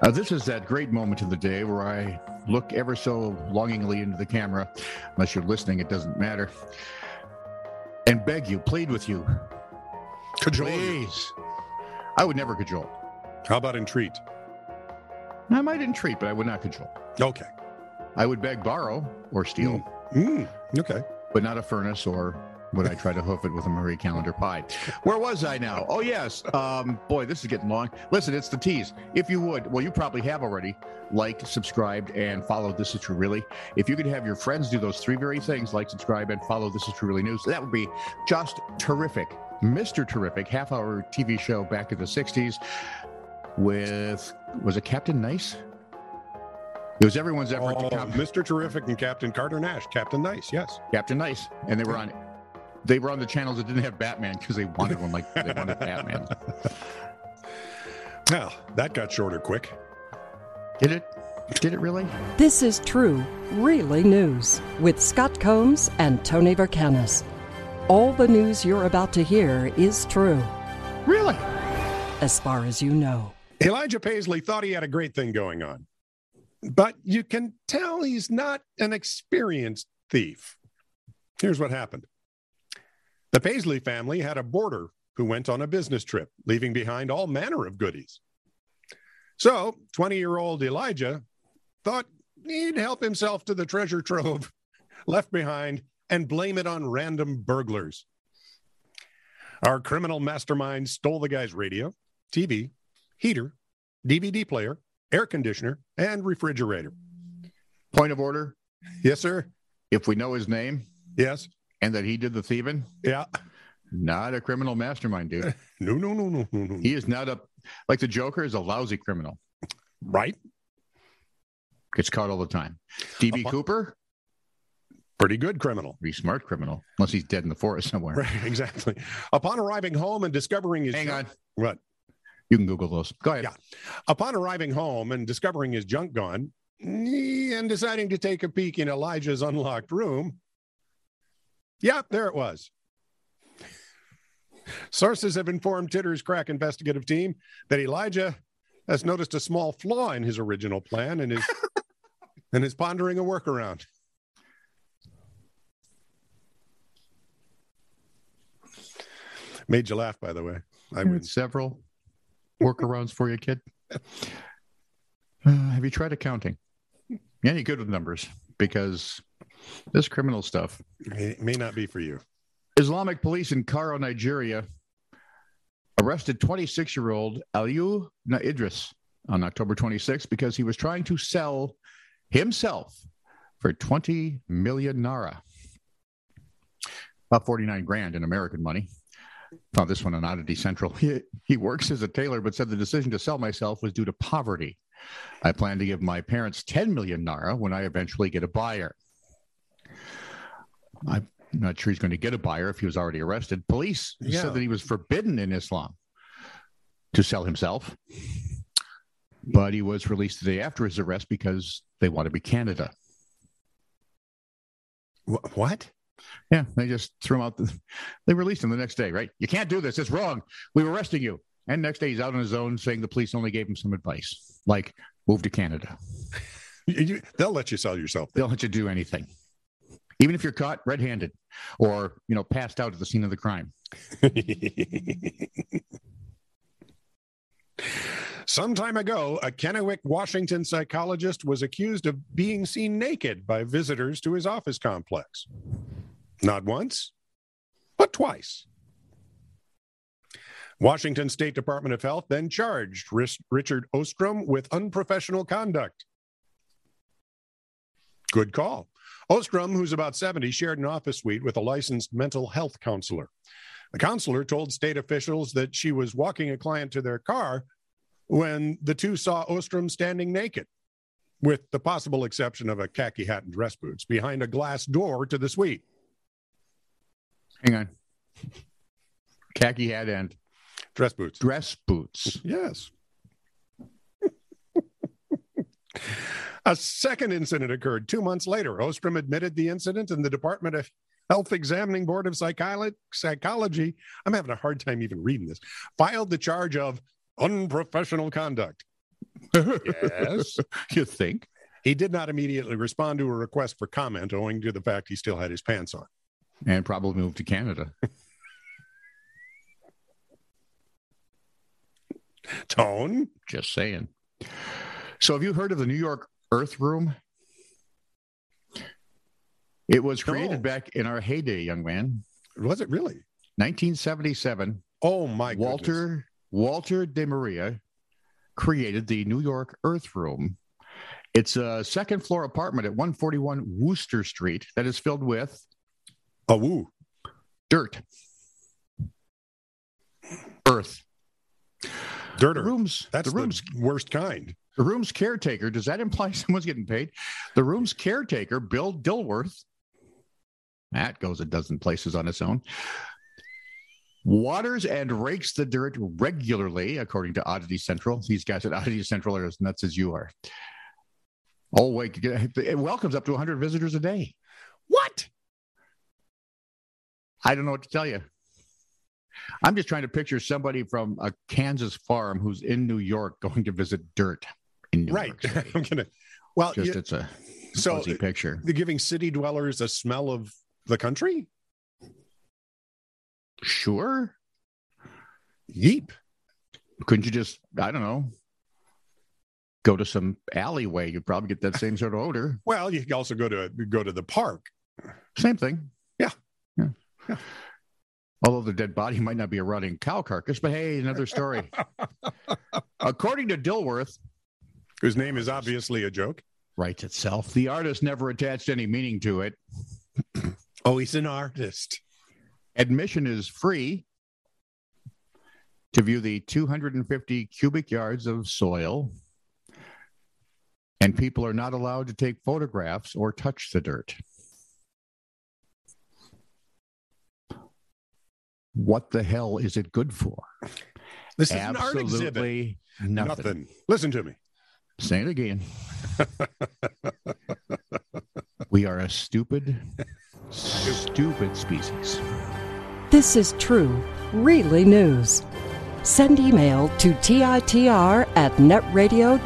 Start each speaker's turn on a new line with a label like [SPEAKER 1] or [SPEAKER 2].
[SPEAKER 1] Uh, this is that great moment of the day where I look ever so longingly into the camera. Unless you're listening, it doesn't matter. And beg you, plead with you,
[SPEAKER 2] Cajole. you.
[SPEAKER 1] please. I would never cajole.
[SPEAKER 2] How about entreat?
[SPEAKER 1] I might entreat, but I would not cajole.
[SPEAKER 2] Okay.
[SPEAKER 1] I would beg, borrow, or steal,
[SPEAKER 2] Mm, okay.
[SPEAKER 1] but not a furnace or would I try to hoof it with a Marie Calendar pie? Where was I now? Oh, yes. Um, boy, this is getting long. Listen, it's the tease. If you would, well, you probably have already liked, subscribed, and followed This Is True Really. If you could have your friends do those three very things like, subscribe, and follow This Is True Really News, that would be just terrific. Mr. Terrific, half hour TV show back in the 60s with, was it Captain Nice? It was everyone's effort
[SPEAKER 2] Oh,
[SPEAKER 1] to come.
[SPEAKER 2] Mr. Terrific and Captain Carter Nash. Captain Nice, yes.
[SPEAKER 1] Captain Nice, and they were on they were on the channels that didn't have Batman because they wanted one like they wanted Batman.
[SPEAKER 2] Now, that got shorter quick.
[SPEAKER 1] Did it? Did it really?
[SPEAKER 3] This is True, Really News with Scott Combs and Tony Vercanis. All the news you're about to hear is true,
[SPEAKER 1] Really?
[SPEAKER 3] as far as you know.
[SPEAKER 2] Elijah Paisley thought he had a great thing going on, but you can tell he's not an experienced thief. Here's what happened The Paisley family had a boarder who went on a business trip, leaving behind all manner of goodies. So 20 year old Elijah thought he'd help himself to the treasure trove left behind and blame it on random burglars. Our criminal mastermind stole the guy's radio, TV, heater, DVD player, air conditioner, and refrigerator.
[SPEAKER 1] Point of order:
[SPEAKER 2] Yes, sir.
[SPEAKER 1] If we know his name
[SPEAKER 2] Yes.
[SPEAKER 1] and that he did the thieving,
[SPEAKER 2] Yeah.
[SPEAKER 1] not a criminal mastermind, dude.
[SPEAKER 2] No, no, no, no, no, no.
[SPEAKER 1] He is not a like the Joker is a lousy criminal.
[SPEAKER 2] Right.
[SPEAKER 1] Gets caught all the time. DB
[SPEAKER 2] Uh-huh.
[SPEAKER 1] Cooper,
[SPEAKER 2] Pretty good criminal.
[SPEAKER 1] pretty smart criminal, unless he's dead in the forest somewhere.
[SPEAKER 2] Right. Exactly. Upon arriving home and discovering his
[SPEAKER 1] Hang on,
[SPEAKER 2] what?
[SPEAKER 1] you can Google those. Go ahead.
[SPEAKER 2] Yeah. Upon arriving home and discovering his junk gone, and deciding to take a peek in Elijah's unlocked room. Yep, there it was. Sources have informed Titter's crack investigative team that Elijah has noticed a small flaw in his original plan and is and is pondering a workaround. Made you laugh, by the way. I win.
[SPEAKER 1] Several workarounds for you, kid. Uh, have you tried accounting? You Any good with numbers? Because this criminal stuff.
[SPEAKER 2] It may not be for you.
[SPEAKER 1] Islamic police in Cairo, Nigeria, arrested 26 year old Aliyu Na Idris on October 26 because he was trying to sell himself for 20 million naira, about 49 grand in American money. Found this one on Oddity Central. He, he works as a tailor, but said the decision to sell myself was due to poverty. I plan to give my parents 10 million naira when I eventually get a buyer. I'm not sure he's going to get a buyer if he was already arrested. Police
[SPEAKER 2] Yeah.
[SPEAKER 1] said that he was forbidden in Islam to sell himself, but he was released the day after his arrest because they want to be Canada.
[SPEAKER 2] Wh- what?
[SPEAKER 1] Yeah, they just threw him out. The, they released him the next day, right? You can't do this. It's wrong. We were arresting you. And next day, he's out on his own saying the police only gave him some advice, like move to Canada.
[SPEAKER 2] You- you- they'll let you sell yourself.
[SPEAKER 1] They'll let you do anything, even if you're caught red-handed or you know passed out at the scene of the crime.
[SPEAKER 2] Some time ago, a Kennewick, Washington psychologist was accused of being seen naked by visitors to his office complex. Not once, but twice. Washington State Department of Health then charged Ris- Richard Ostrom with unprofessional conduct. Good call. Ostrom, who's about 70, shared an office suite with a licensed mental health counselor. The counselor told state officials that she was walking a client to their car when the two saw Ostrom standing naked, with the possible exception of a khaki hat and dress boots, behind a glass door to the suite.
[SPEAKER 1] Hang on, khaki hat and
[SPEAKER 2] Dress boots.
[SPEAKER 1] dress boots.
[SPEAKER 2] Yes. a second incident occurred two months later. Ostrom admitted the incident, and the Department of Health Examining Board of Psycholo- Psychology, I'm having a hard time even reading this, filed the charge of unprofessional conduct. Yes.
[SPEAKER 1] you think?
[SPEAKER 2] he did not immediately respond to a request for comment, owing to the fact he still had his pants on.
[SPEAKER 1] And probably move to Canada.
[SPEAKER 2] Tone?
[SPEAKER 1] Just saying. So, have you heard of the New York Earth Room? It was
[SPEAKER 2] No.
[SPEAKER 1] created back in our heyday, young man.
[SPEAKER 2] Was it really?
[SPEAKER 1] 1977,
[SPEAKER 2] Oh my
[SPEAKER 1] Walter
[SPEAKER 2] goodness.
[SPEAKER 1] Walter De Maria created the New York Earth Room. It's a second floor apartment at 141 Wooster Street that is filled with
[SPEAKER 2] Oh woo.
[SPEAKER 1] dirt. Earth. The
[SPEAKER 2] Dirter.
[SPEAKER 1] rooms.
[SPEAKER 2] That's
[SPEAKER 1] the rooms
[SPEAKER 2] the worst kind.
[SPEAKER 1] The room's caretaker, does that imply someone's getting paid? The room's caretaker, Bill Dilworth, that goes a dozen places on its own, waters and rakes the dirt regularly, according to Oddity Central. These guys at Oddity Central are as nuts as you are. Oh, wait, it welcomes up to 100 visitors a day.
[SPEAKER 2] What?
[SPEAKER 1] I don't know what to tell you. I'm just trying to picture somebody from a Kansas farm who's in New York going to visit dirt in New
[SPEAKER 2] right.
[SPEAKER 1] York City.
[SPEAKER 2] I'm gonna well
[SPEAKER 1] Just
[SPEAKER 2] Uh, you-
[SPEAKER 1] it's a
[SPEAKER 2] so uh,
[SPEAKER 1] cozy picture.
[SPEAKER 2] they're giving city dwellers a smell of the country?
[SPEAKER 1] Sure.
[SPEAKER 2] Yeep.
[SPEAKER 1] Couldn't you just, I don't know, go to some alleyway? You'd probably get that same sort of odor.
[SPEAKER 2] Well, you can also go to go to the park.
[SPEAKER 1] Same thing.
[SPEAKER 2] Yeah.
[SPEAKER 1] Yeah. Although the dead body might not be a rotting cow carcass, but hey, another story. According to Dilworth,
[SPEAKER 2] Whose name is obviously a joke.
[SPEAKER 1] writes itself, the artist never attached any meaning to it.
[SPEAKER 2] Oh, he's an artist.
[SPEAKER 1] Admission is free to view the 250 cubic yards of soil, and people are not allowed to take photographs or touch the dirt. What the hell is it good for?
[SPEAKER 2] This is an art exhibit.
[SPEAKER 1] Absolutely nothing.
[SPEAKER 2] Listen to me.
[SPEAKER 1] Say it again. we are a stupid, stupid species.
[SPEAKER 3] This is true, really news. Send email to TITR at netradio.network.